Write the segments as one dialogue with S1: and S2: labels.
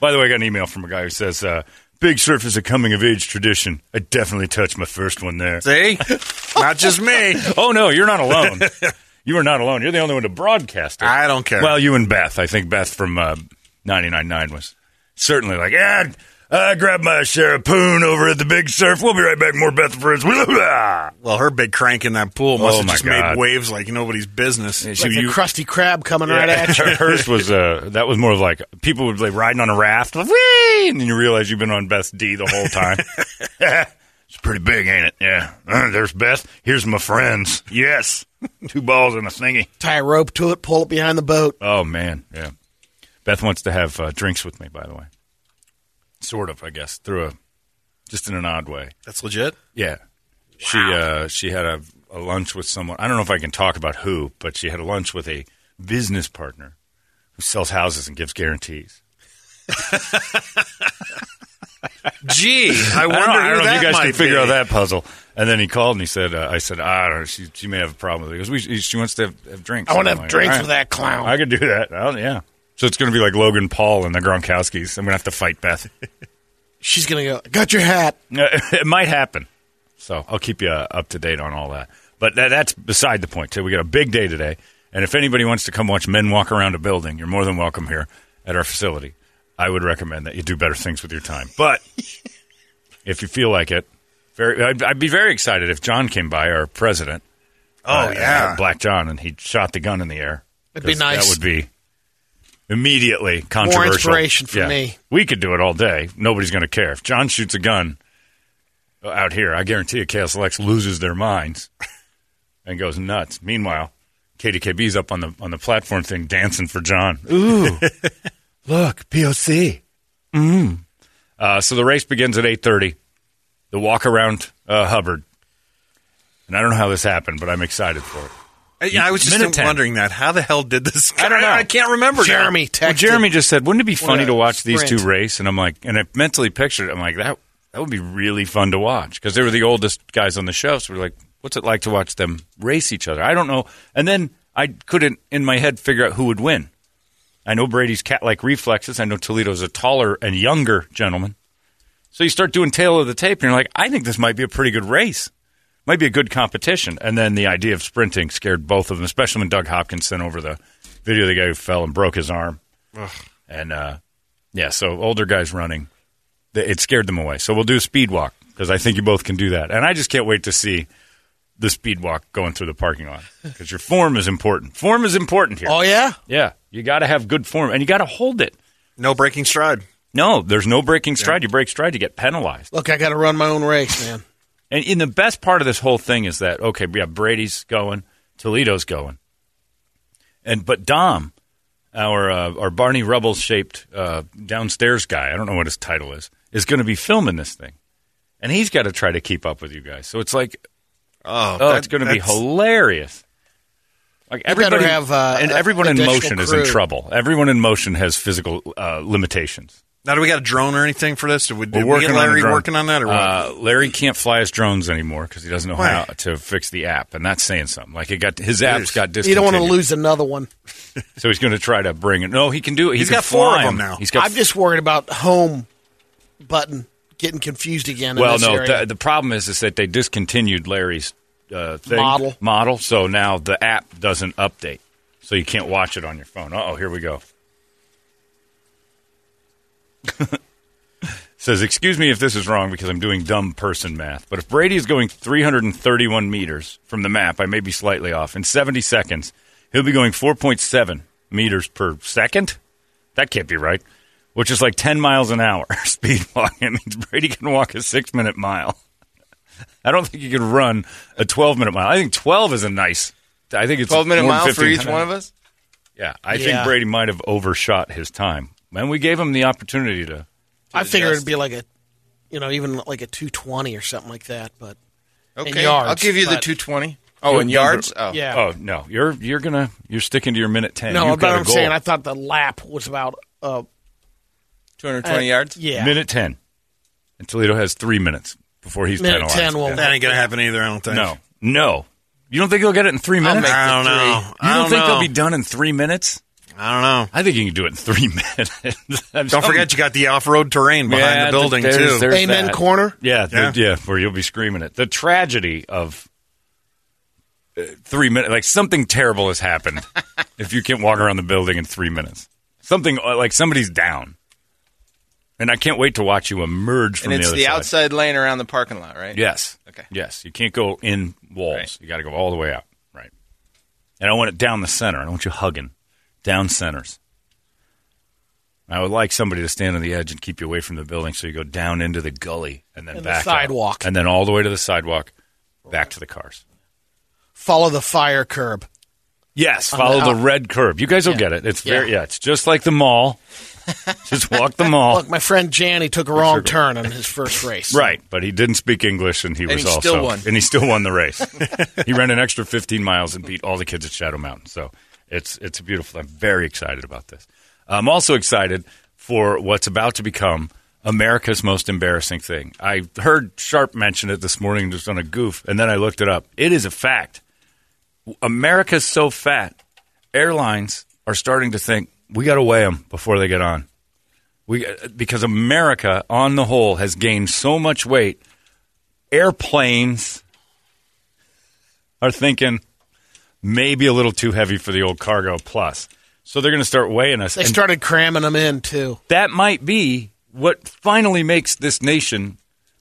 S1: By the way, I got an email from a guy who says uh, Big Surf is a coming of age tradition. I definitely touched my first one there.
S2: See? Not just me.
S1: Oh no, you're not alone. you are not alone. You're the only one to broadcast it.
S2: I don't care.
S1: Well, you and Beth. I think Beth from uh, 99.9 was certainly like, yeah, I grabbed my sharpoon over at the Big Surf. We'll be right back. More Beth and friends. Blah.
S2: Well, her big crank in that pool must
S1: Oh,
S2: have
S1: my
S2: just
S1: God.
S2: made waves like nobody's business.
S1: She-
S3: Like
S1: you-
S3: a crusty crab coming right at you.
S1: Hers was uh, that was more of like people would be like riding on a raft, like, "Whee!" and then you realize you've been on Beth D the whole time. it's pretty big, ain't it? Yeah. Uh, there's Beth. Here's my friends. Yes, two balls and a thingy.
S3: Tie a rope to it, pull it behind the boat.
S1: Oh man, yeah. Beth wants to have uh, drinks with me. By the way, sort of, I guess, through a just in an odd way.
S2: That's legit.
S1: Yeah, she uh, she had a, a lunch with someone. I don't know if I can talk about who, but she had a lunch with a business partner who sells houses and gives guarantees.
S2: Gee, I wonder
S1: I
S2: who
S1: don't, know- I don't know
S2: that
S1: if you guys
S2: might
S1: can figure
S2: be.
S1: out that puzzle. And then he called and he said, uh, I said, I don't know. She, she may have a problem with it. Because we, she she wants to have, have drinks.
S3: I wanna
S1: And I'm
S3: have drinks
S1: "All
S3: with that clown."
S1: I could do that. I'll- yeah. So it's going to be like Logan Paul and the Gronkowskis. I'm going to have to fight Beth.
S3: She's gonna go. Got your hat.
S1: it might happen. So I'll keep you uh, up to date on all that. But that, that's beside the point, too. We got a big day today. And if anybody wants to come watch men walk around a building, you're more than welcome here at our facility. I would recommend that you do better things with your time. But if you feel like it, very, I'd, I'd be very excited if John came by, our president.
S2: Oh,
S1: uh,
S2: yeah.
S1: uh, Black John, and he shot the gun in the air.
S3: That'd be
S1: 'Cause
S3: nice.
S1: That would be immediately controversial.
S3: inspiration for
S1: Yeah.
S3: me.
S1: We could do it all day. Nobody's going to care. If John shoots a gun uh, out here, I guarantee you Chaos Lex loses their minds and goes nuts. Meanwhile, KDKB's up on the on the platform thing dancing for John. Ooh. Look, POC. Mm. Uh, so the race begins at 8:30. The walk around uh, Hubbard. And I don't know how this happened, but I'm excited for it.
S2: Uh, Yeah, I was just
S1: Minute 10.
S2: wondering that. How the hell did this?
S1: I don't know.
S2: I, can't remember. now.
S3: Jeremy, texted.
S1: Well, Jeremy just said, "Wouldn't it be funny
S3: a
S1: to watch these two
S3: sprint.
S1: race?" And I'm like, and I mentally pictured, it. I'm like, that that would be really fun to watch because they were the oldest guys on the show. So we're like, what's it like to watch them race each other? I don't know. And then I couldn't in my head figure out who would win. I know Brady's cat-like reflexes. I know Toledo's a taller and younger gentleman. So you start doing tail of the tape, and you're like, I think this might be a pretty good race. Might be a good competition. And then the idea of sprinting scared both of them, especially when Doug Hopkins sent over the video of the guy who fell and broke his arm. And uh, yeah, so older guys running, th- it scared them away. So we'll do a speed walk because I think you both can do that. And I just can't wait to see the speed walk going through the parking lot because your form is important. Form is important here.
S3: Oh yeah.
S1: Yeah, you got to have good form and you got to hold it.
S2: No breaking stride.
S1: No, there's no breaking stride. You break stride, you get penalized.
S3: Look, I got to run my own race, man.
S1: And in the best part of this whole thing is that okay, we have Brady's going, Toledo's going, and but Dom, our uh, our Barney Rubble shaped uh, downstairs guy, I don't know what his title is, is going to be filming this thing, and he's got to try to keep up with you guys. So it's like,
S2: Oh,
S1: oh,
S2: that-
S1: it's going to be
S2: that's-
S1: hilarious. Like
S3: You better
S1: everybody,
S3: have, uh,
S1: and
S3: a-
S1: everyone in
S3: additional
S1: motion is in
S3: crew.
S1: trouble. Everyone in motion has physical uh, limitations.
S2: Now, do we got a drone or anything for this? Did we,
S1: We're
S2: did we
S1: working
S2: get
S1: on the
S2: Larry
S1: drone.
S2: working on that, or what?
S1: Uh, Larry can't fly his drones anymore because he doesn't know
S2: Why?
S1: how to fix the app, and that's saying something. Like it got his app's got discontinued.
S3: You don't want to lose another one.
S1: So he's going to try to bring it. No, he can do it. He
S2: He's
S1: can
S2: got four
S1: fly
S2: of
S1: 'em.
S2: them now.
S1: He's got.
S3: I'm just worried about home button getting confused again. in
S1: well,
S3: this
S1: no.
S3: area.
S1: The, the problem is is that they discontinued Larry's uh, thing,
S3: Model.
S1: model. So now the app doesn't update, so you can't watch it on your phone. Oh, here we go. Says, excuse me if this is wrong because I'm doing dumb person math, but if Brady is going 331 meters from the map, I may be slightly off. In 70 seconds, he'll be going 4.7 meters per second. That can't be right, which is like 10 miles an hour speed walk. It means Brady can walk a six minute mile. I don't think you can run a 12 minute mile. I think 12 is a nice. I think it's
S4: 12 minute
S1: more than
S4: mile for
S1: 15.
S4: each one of us?
S1: Yeah, I think
S3: Yeah.
S1: Brady might have overshot his time. And we gave him the opportunity to.
S3: I figured it'd be like a, you know, even like a 220 or something like that. But
S4: Okay.
S3: yards,
S4: I'll give you the
S3: but-
S4: 220. Oh, in yards? Oh.
S3: yeah,
S1: Oh no, you're you're gonna you're sticking to your minute ten.
S3: no,
S1: You've
S3: but
S1: got a
S3: I'm
S1: goal.
S3: saying I thought the lap was about uh,
S4: 220 yards?
S3: yeah,
S1: minute ten. And Toledo has three minutes before he's
S3: Minute
S1: penalized.
S3: 10 will-
S1: Yeah.
S2: that ain't going to happen either. I don't think.
S1: No, no, you don't think he'll get it in three minutes?
S2: I don't know.
S1: You
S2: I
S1: don't,
S2: don't
S1: think
S2: know.
S1: they'll be done in three minutes?
S2: I don't know.
S1: I think you can do it in three minutes. Oh.
S2: Don't forget you got the off-road terrain behind
S1: Yeah,
S2: the building
S1: there's-
S2: too.
S1: there's
S3: amen
S1: that.
S3: corner.
S1: Yeah,
S2: Yeah.
S1: the- yeah, where you'll be screaming it. The tragedy of uh, three minutes, like something terrible has happened if you can't walk around the building in three minutes. Something uh, like somebody's down, and I can't wait to watch you emerge from
S4: And it's
S1: the other
S4: the
S1: side.
S4: outside lane around the parking lot, right?
S1: Yes.
S4: Okay.
S1: Yes, you can't go in walls.
S4: Right.
S1: You got to go all the way out. Right. And I want it down the center. I don't want you hugging down centers. I would like somebody to stand on the edge and keep you away from the building, so you go down into the gully and then
S3: And the
S1: back out.
S3: sidewalk.
S1: and then all the way to the sidewalk, back to the cars.
S3: Follow the fire curb.
S1: Yes, follow
S3: the
S1: the, red curb. You guys will get it. It's very yeah. It's just like the mall. just walk the mall.
S3: Look, my friend Jan, he took a wrong turn on his first race.
S1: Right, but he didn't speak English, and he was
S4: he
S1: also
S4: still won.
S1: and he still won the race. he ran an extra 15 miles and beat all the kids at Shadow Mountain. So it's it's a beautiful. I'm very excited about this. I'm also excited for what's about to become America's most embarrassing thing. I heard Sharp mention it this morning just on a goof, and then I looked it up. It is a fact. America's so fat, airlines are starting to think we got to weigh them before they get on. We uh, because America on the whole has gained so much weight. Airplanes are thinking maybe a little too heavy for the old cargo plus. So they're going to start weighing us.
S3: They
S1: And
S3: started cramming them in too.
S1: that might be what finally makes this nation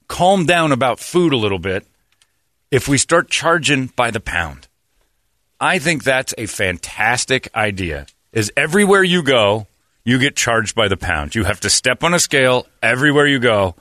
S1: calm down about food a little bit if we start charging by the pound. I think that's a fantastic idea. Is everywhere you go, you get charged by the pound. You have to step on a scale everywhere you go,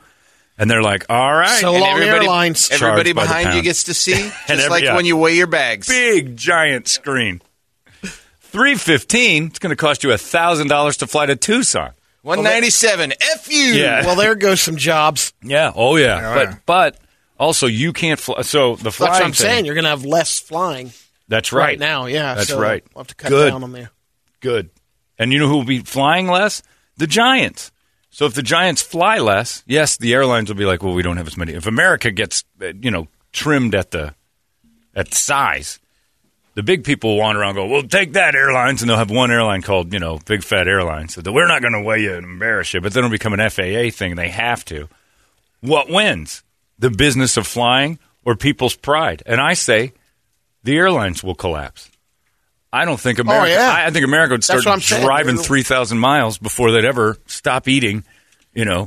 S1: and they're like, "All right,
S3: So
S1: And
S3: long
S1: everybody-
S3: airlines.
S1: Charged
S4: Everybody
S1: by the
S4: behind you
S1: pound.
S4: gets to see, just
S1: every-
S4: like
S1: yeah.
S4: when you weigh your bags.
S1: big giant screen. 315 it's going to cost you $1000 to fly to Tucson.
S4: 197. F you.
S1: Yeah.
S3: Well, there goes some jobs.
S1: Yeah, oh yeah. But but also you can't fly so the flying
S3: That's what
S1: thing-
S3: I'm saying. You're going to have less flying
S1: That's
S3: right,
S1: right.
S3: now. Yeah,
S1: That's
S3: so
S1: right.
S3: We'll have to cut
S1: Good.
S3: down on there.
S1: Good. And you know who will be flying less? The Giants. So if the Giants fly less, yes, the airlines will be like, well, we don't have as many. If America gets, uh, you know, trimmed at the at size, the big people wander around and go, well, take that airlines, and they'll have one airline called, you know, Big Fat Airlines. So we're not going to weigh you and embarrass you, but then it'll become an FAA thing. and They have to. What wins? The business of flying or people's pride? And I say the airlines will collapse. I don't think America.
S3: Oh, yeah.
S1: I, I think America would start
S3: what I'm saying.
S1: driving
S3: They're-
S1: three thousand miles before they'd ever stop eating, you know,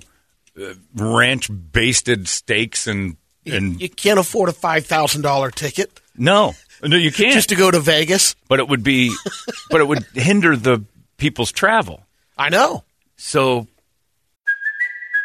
S1: uh, ranch basted steaks and and
S3: You can't afford a five thousand dollar ticket
S1: no, no, you can't.
S3: just to go to Vegas.
S1: but it would be, but it would hinder the people's travel.
S3: I know.
S1: So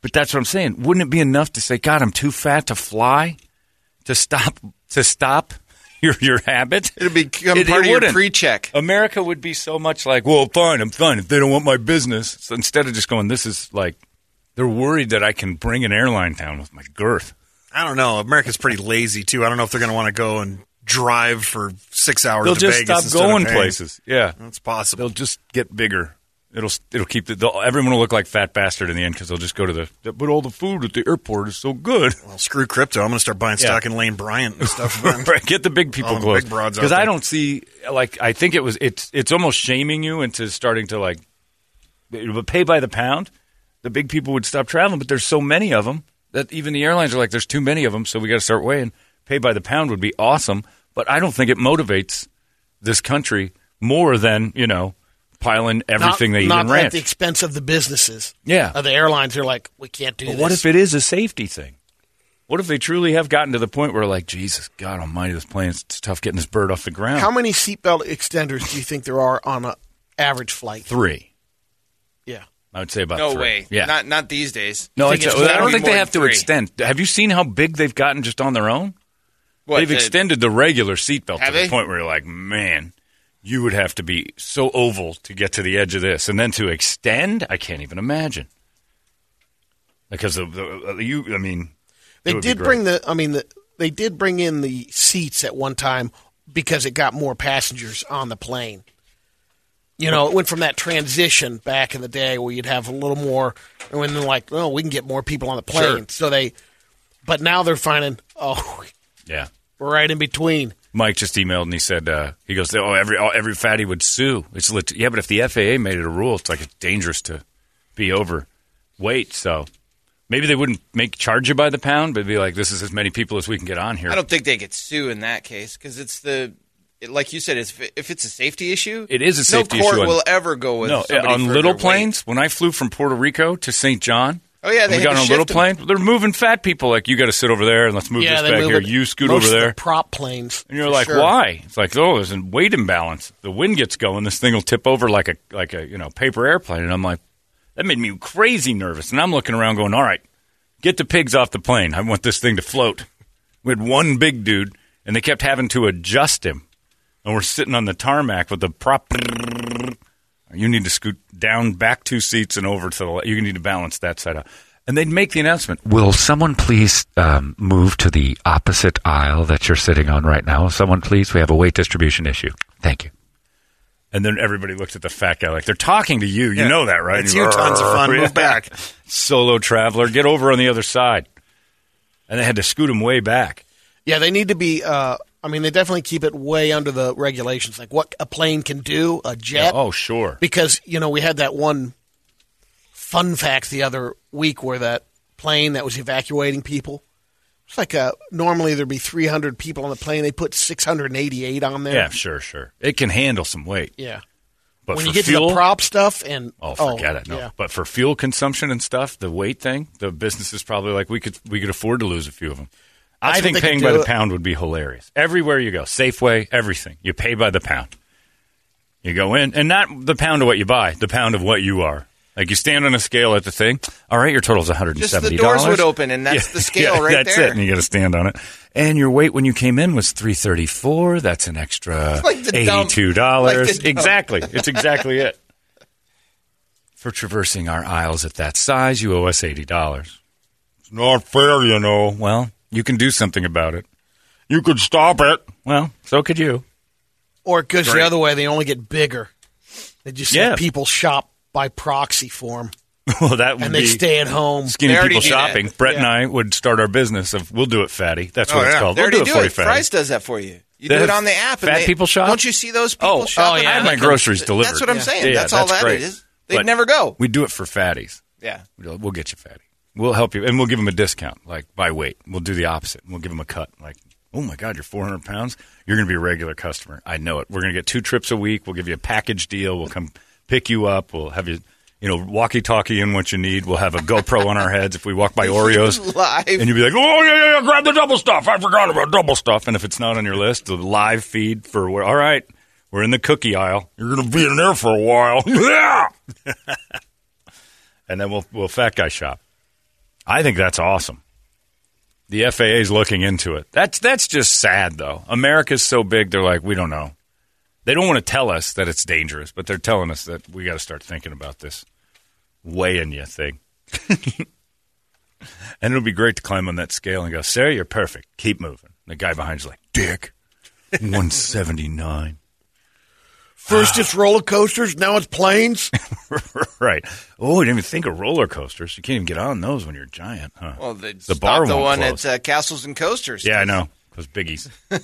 S1: But that's what I'm saying. Wouldn't it be enough to say, God, I'm too fat to fly? To stop to stop your your habit?
S4: It'd become part of your
S1: wouldn't.
S4: pre-check.
S1: America would be so much like, well, fine, I'm fine. If they don't want my business, so instead of just going, this is like, they're worried that I can bring an airline down with my girth.
S2: I don't know. America's pretty lazy too. I don't know if they're going to want to go and drive for six hours.
S1: They'll
S2: to
S1: just
S2: Vegas
S1: stop
S2: instead of
S1: going
S2: paying.
S1: places. Yeah,
S2: That's possible.
S1: they'll just get bigger. It'll it'll keep the they'll, everyone will look like fat bastard in the end because they'll just go to the. But all the food at the airport is so good.
S2: Well, screw crypto. I'm going to start buying
S1: Yeah.
S2: stock in Lane Bryant and stuff. man.
S1: Right, get the big people
S2: All the
S1: close
S2: big broads out
S1: because I
S2: there.
S1: don't see like I think it was it's it's almost shaming you into starting to like it would pay by the pound. The big people would stop traveling, but there's so many of them that even the airlines are like, there's too many of them, so we got to start weighing. Pay by the pound would be awesome, but I don't think it motivates this country more than you know piling everything
S3: not,
S1: they eat
S3: not
S1: in
S3: at
S1: ranch.
S3: the expense of the businesses.
S1: Yeah.
S3: of the airlines are like, we can't do
S1: But
S3: this.
S1: what if it is a safety thing? What if they truly have gotten to the point where, like, Jesus, God Almighty, this plane is it's tough getting this bird off the ground?
S3: How many seatbelt extenders do you think there are on an average flight?
S1: Three.
S3: Yeah,
S1: I would say about
S4: No
S1: three.
S4: way.
S1: Yeah.
S4: Not not these days.
S1: no,
S3: think
S1: it's,
S3: it's
S1: I
S3: gotta
S1: don't
S3: be
S1: think
S4: more
S1: they
S4: than
S1: have to
S4: three.
S1: extend. Have you seen how big they've gotten just on their own?
S4: What,
S1: they've
S4: the-
S1: extended the regular seatbelt to
S4: Have
S1: the
S4: they?
S1: point where you're like, man, you would have to be so oval to get to the edge of this, and then to extend, I can't even imagine. Because of the, uh, you, I mean, it
S3: they
S1: would be
S3: did
S1: great.
S3: bring the. I mean, the, they did bring in the seats at one time because it got more passengers on the plane. You know, it went from that transition back in the day where you'd have a little more, and then like, oh, we can get more people on the plane. So they, but now they're finding, oh,
S1: yeah.
S3: we're right in between.
S1: Mike just emailed and he said uh, he goes, "Oh, every oh, every fatty would sue." It's lit- yeah, but if the FAA made it a rule, it's like it's dangerous to be overweight. So maybe they wouldn't make charge you by the pound, but be like, "This is as many people as we can get on here."
S4: I don't think they could sue in that case because it's the, it, like you said, it's, if it's a safety issue,
S1: It is a safety
S4: no court
S1: issue on-
S4: will ever go with
S1: no, uh,
S4: somebody
S1: on
S4: for
S1: little
S4: their weight.
S1: planes. When I flew from Puerto Rico to St. John,
S4: Oh, yeah,
S1: and
S4: they
S1: we
S4: had
S1: got
S4: to
S1: on a little
S4: shift 'em.
S1: plane. They're moving fat people. Like you got to sit over there and let's move this
S3: yeah, they
S1: back
S3: move
S1: here.
S3: it-
S1: You scoot
S3: most
S1: over
S3: of
S1: there.
S3: the prop planes.
S1: And you're like,
S4: sure.
S1: why? It's like, oh, there's a weight imbalance. The wind gets going, this thing will tip over like a like a you know paper airplane. And I'm like, That made me crazy nervous. And I'm looking around going, all right, get the pigs off the plane. I want this thing to float. We had one big dude, and they kept having to adjust him. And we're sitting on the tarmac with the prop. You need to scoot down back two seats and over to the left. You need to balance that side out. And they'd make the announcement.
S5: Will someone please um, move to the opposite aisle that you're sitting on right now? Someone, please. We have a weight distribution issue. Thank you.
S1: And then everybody looked at the fat guy like, they're talking to you. You
S2: Yeah.
S1: know that, right?
S2: It's
S1: And
S2: you, tons of fun.
S1: Yeah.
S2: Move back.
S1: Solo traveler, get over on the other side. And they had to scoot him way back.
S3: Yeah, they need to be. Uh, I mean, they definitely keep it way under the regulations, like what a plane can do, a jet.
S1: Oh, sure.
S3: Because you know we had that one fun fact the other week where that plane that was evacuating people. It's like uh normally there'd be 300 people on the plane. They put 688 on there.
S1: Yeah, sure, sure. It can handle some weight.
S3: Yeah.
S1: But
S3: when
S1: for
S3: you get
S1: fuel,
S3: to the prop stuff and
S1: Oh, forget it. No.
S3: yeah.
S1: But for fuel consumption and stuff, the weight thing, the business is probably like we could we could afford to lose a few of them.
S3: That's
S1: I
S3: what
S1: think
S3: they could
S1: paying by
S3: do.
S1: the pound would be hilarious. Everywhere you go, Safeway, everything, you pay by the pound. You go in, and not the pound of what you buy, the pound of what you are. Like you stand on a scale at the thing. All right, your total's one hundred and
S4: Just
S1: seventy.
S4: the doors would open, and that's the scale right
S1: that's
S4: there.
S1: it, and you got to stand on it. And your weight when you came in was three thirty four. That's an extra
S4: Like the dump.
S1: eighty-two
S4: Like
S1: dollars.
S4: the dump.
S1: exactly. It's exactly it. For traversing our aisles at that size, you owe us eighty dollars. It's not fair, you know. Well, you can do something about it. You could stop it. Well, so could you.
S3: Or it goes
S1: Great.
S3: the other way. They only get bigger. They just
S1: Yeah.
S3: let people shop by proxy for them.
S1: well, that would
S3: And they
S1: be
S3: stay at home.
S1: Skinny
S4: They already
S1: people
S4: do that.
S1: shopping. Brett and I would start our business of we'll do it, fatty. That's what
S2: Oh,
S1: it's
S2: yeah.
S1: called.
S4: They
S1: We'll do
S4: already
S1: it for you, fatty.
S4: Price does that for you. You
S1: They
S4: do it
S1: have
S4: on the app. and
S1: fat
S4: they-
S1: people shop?
S4: Don't you see those people
S1: Oh, oh,
S4: shopping?
S3: yeah.
S1: I
S4: at
S1: have my
S4: Amazon?
S1: groceries delivered.
S4: That's what I'm saying.
S1: Yeah,
S4: that's, all that
S1: great.
S4: is. They'd
S1: But
S4: never go.
S1: We do it for fatties.
S4: Yeah.
S1: We'll we'll get you fatty. We'll help you, and we'll give them a discount, like by weight. We'll do the opposite. We'll give them a cut, like, oh my god, you're 400 pounds. You're going to be a regular customer. I know it. We're going to get two trips a week. We'll give you a package deal. We'll come pick you up. We'll have you, you know, walkie-talkie in what you need. We'll have a GoPro on our heads if we walk by Oreos
S4: Live.
S1: and you'll be like, oh yeah, yeah, yeah, grab the double stuff. I forgot about double stuff. And if it's not on your list, the live feed for where- all right, we're in the cookie aisle. You're gonna be in there for a while. Yeah. and then we'll we'll fat guy shop. I think that's awesome. The FAA is looking into it. That's that's just sad though. America's so big, they're like, we don't know. They don't want to tell us that it's dangerous, but they're telling us that we got to start thinking about this weighing you thing. And it'll be great to climb on that scale and go, Sarah, you're perfect. Keep moving. The guy behind's like, Dick, 179.
S3: First it's roller coasters, now it's planes.
S1: right. Oh, I didn't even think of roller coasters. You can't even get on those when you're a giant, huh?
S4: well, they
S1: the
S4: stopped
S1: bar
S4: the
S1: won't
S4: one
S1: close.
S4: at uh, Castles and Coasters.
S1: Yeah, I know. Those biggies.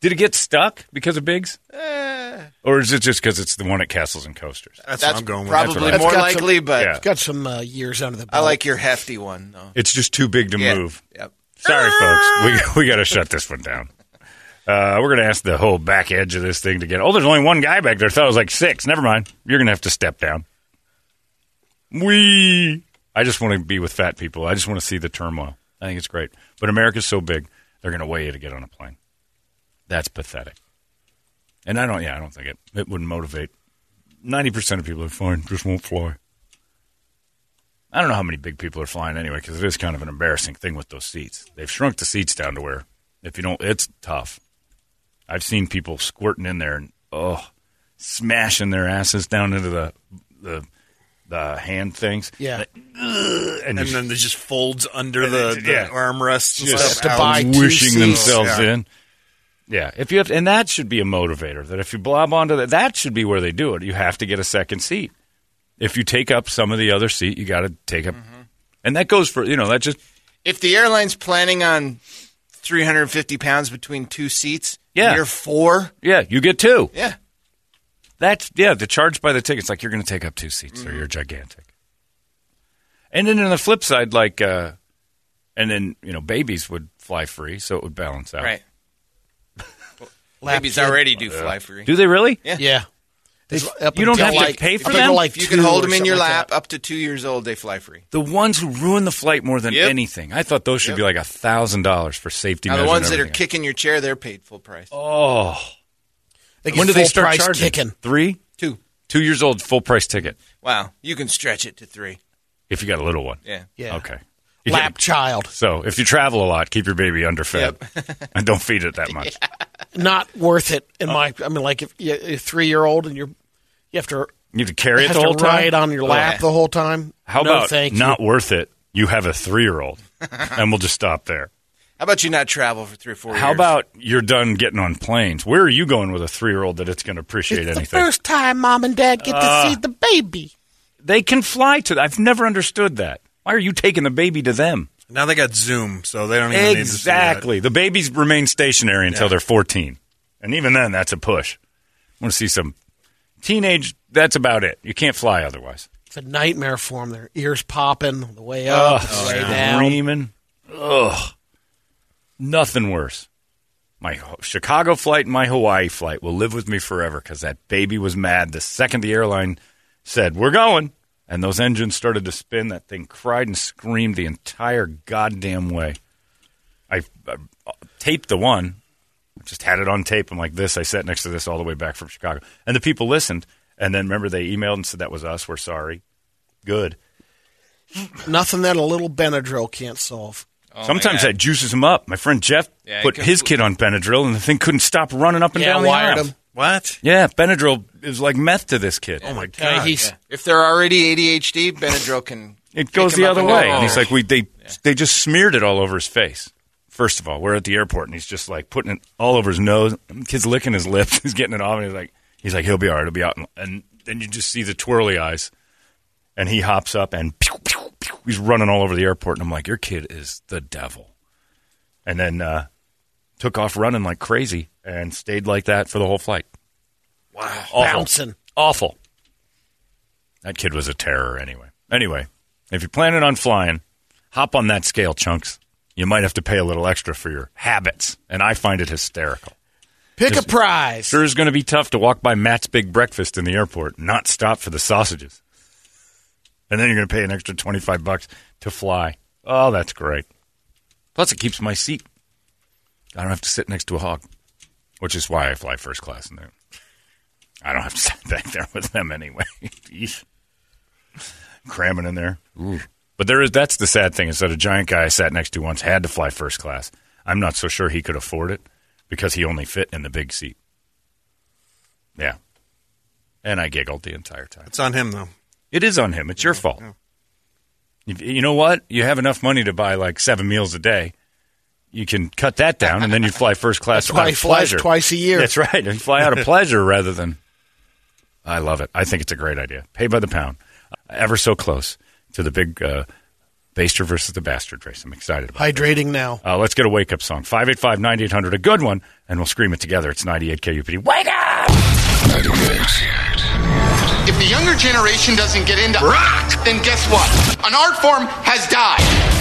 S1: Did it get stuck because of bigs?
S4: Eh.
S1: Or is it just because it's the one at Castles and Coasters?
S2: That's, what
S4: That's
S2: I'm going with.
S4: probably
S1: That's
S4: more
S3: what I-
S4: likely, Uh, but
S1: Yeah.
S3: It's got some uh, years under the
S4: I
S3: belt.
S4: like your hefty one though.
S1: It's just too big to
S4: Yeah.
S1: move.
S4: Yep.
S1: Sorry, folks. We, we got to shut this one down. Uh, we're going to ask the whole back edge of this thing to get. Oh, there's only one guy back there. Thought it was like six. Never mind. You're going to have to step down. We. I just want to be with fat people. I just want to see the turmoil. I think it's great. But America's so big, they're going to weigh you to get on a plane. That's pathetic. And I don't. Yeah, I don't think it. It wouldn't motivate. Ninety percent of people are fine. Just won't fly. I don't know how many big people are flying anyway, because it is kind of an embarrassing thing with those seats. They've shrunk the seats down to where if you don't, it's tough. I've seen people squirting in there and oh, smashing their asses down into the the the hand things.
S3: Yeah.
S2: And
S1: and, just,
S2: then it just folds under
S1: And
S2: the,
S1: then-
S2: the
S1: yeah.
S2: armrests and
S1: just
S2: stuff. out.
S3: buy two
S1: wishing
S3: seats.
S1: themselves
S2: Yeah.
S1: in. Yeah, if you have, and that should be a motivator. That if you blob onto that, that should be where they do it. You have to get a second seat. If you take up some of the other seat, you got to take up, and that goes for you know that just
S4: If the airline's planning on 350 pounds between two seats,
S1: Yeah.
S4: you're four.
S1: yeah you get two.
S4: Yeah.
S1: That's yeah, the charge by the tickets. Like you're going to take up two seats, or you're gigantic. And then on the flip side, like, uh, and then you know, babies would fly free, so it would balance out.
S4: Right.
S3: Lap
S4: Babies
S3: kid.
S4: already do fly free.
S1: Do they really?
S3: Yeah. They- up
S1: you don't
S3: until
S1: have to
S3: like-
S1: pay
S3: up
S1: for
S3: until
S1: them?
S3: Like
S4: you can
S3: two
S4: hold
S3: or
S4: them in your
S3: something like
S4: lap
S3: that.
S4: up to two years old. They fly free.
S1: The ones who ruin the flight more than
S4: Yep.
S1: anything, I thought those should be like a thousand dollars for safety.
S4: Now the
S1: measure
S4: ones
S1: and
S4: that are
S1: everything.
S4: kicking your chair, they're paid full price.
S1: Oh,
S3: They get
S1: when do they
S3: full
S1: start
S3: price
S1: charging?
S3: Kicking.
S1: Three.
S4: Two.
S1: Two years old, full price ticket.
S4: Wow, you can stretch it to three.
S1: If you got a little one.
S4: Yeah.
S3: Yeah.
S1: Okay.
S3: Lap child.
S1: So if you travel a lot, keep your baby underfed and don't feed it that much.
S3: Not worth it in my. I mean, like if you a three year old and you're, you have to
S1: You have to carry it
S3: has
S1: the whole
S3: to ride
S1: time?
S3: on
S4: Oh,
S3: your lap
S1: Yeah.
S3: the whole time.
S1: How
S3: no,
S1: about
S3: thank you.
S1: not worth it? You have a three year old, and we'll just stop there.
S4: How about you not travel for three or four
S1: How
S4: years?
S1: about you're done getting on planes? Where are you going with a three year old that it's going to appreciate anything?
S3: First time mom and dad get
S1: Uh,
S3: to see the baby.
S1: They can fly to. I've never understood that. Why are you taking the baby to them?
S2: Now they got Zoom, so they don't even need to see that.
S1: Exactly. The babies remain stationary until
S2: Yeah.
S1: they're 14. And even then, that's a push. I want to see some teenage. That's about it. You can't fly otherwise.
S3: It's a nightmare for them. Their ears popping the way up,
S1: Ugh,
S3: the way down.
S1: Oh, screaming. Ugh. Nothing worse. My Ho- Chicago flight and my Hawaii flight will live with me forever because that baby was mad the second the airline said, We're going. And those engines started to spin. That thing cried and screamed the entire goddamn way. I, I uh, taped the one. I just had it on tape. I'm like, this. I sat next to this all the way back from Chicago. And the people listened. And then remember, they emailed and said, That was us. We're sorry. Good.
S3: Nothing that a little Benadryl can't solve.
S1: Sometimes that juices them up. My friend Jeff
S3: Oh, Yeah, it
S1: put
S3: can-
S1: his kid on Benadryl, and the thing couldn't stop running up and
S3: Yeah,
S1: down the
S3: wired
S1: aisle.
S3: him.
S2: What?
S1: Yeah, Benadryl is like meth to this kid. Oh my
S4: Yeah. If they're already ADHD, Benadryl can.
S1: It goes
S4: pick 'em
S1: the
S4: up
S1: other
S4: and go
S1: way, and
S4: over.
S1: he's like, "We they they just smeared it all over his face." First of all, we're at the airport, and he's just like putting it all over his nose. Kid's licking his lips. He's getting it off, and he's like, "He's like, he'll be all right. He'll be out." And, and then you just see the twirly eyes, and he hops up and pew, pew, pew, he's running all over the airport. And I'm like, "Your kid is the devil." And then uh, took off running like crazy and stayed like that for the whole flight.
S3: Wow.
S1: Awful.
S3: Bouncing.
S1: Awful. That kid was a terror anyway. Anyway, if you're planning on flying, hop on that scale, chunks. You might have to pay a little extra for your habits, and I find it hysterical.
S3: Pick a prize.
S1: Sure is going to be tough to walk by Matt's Big Breakfast in the airport, and not stop for the sausages. And then you're going to pay an extra 25 bucks to fly. Oh, that's great. Plus it keeps my seat. I don't have to sit next to a hog, which is why I fly first class in there. I don't have to sit back there with them anyway. Jeez. Cramming in there. But there is that's the sad thing is that a giant guy I sat next to once had to fly first class. I'm not so sure he could afford it because he only fit in the big seat. Yeah. And I giggled the entire time.
S2: It's on him though.
S1: It is on him. It's your fault. If- You know what? You have enough money to buy like seven meals a day. You can cut that down, and then you fly first class.
S3: That's why
S1: out
S3: he
S1: of
S3: flies
S1: pleasure.
S3: twice a year.
S1: That's right, and fly out of pleasure rather than. I love it. I think it's a great idea. Pay by the pound. Uh, Ever so close to the big uh, Baster versus the Bastard race. I'm excited about. it.
S3: Hydrating now.
S1: Uh, let's get a wake up song. 585 9800, a good one, and we'll scream it together. It's 98 KUPD. Wake up!
S6: If the younger generation doesn't get into rock, then guess what? An art form has died.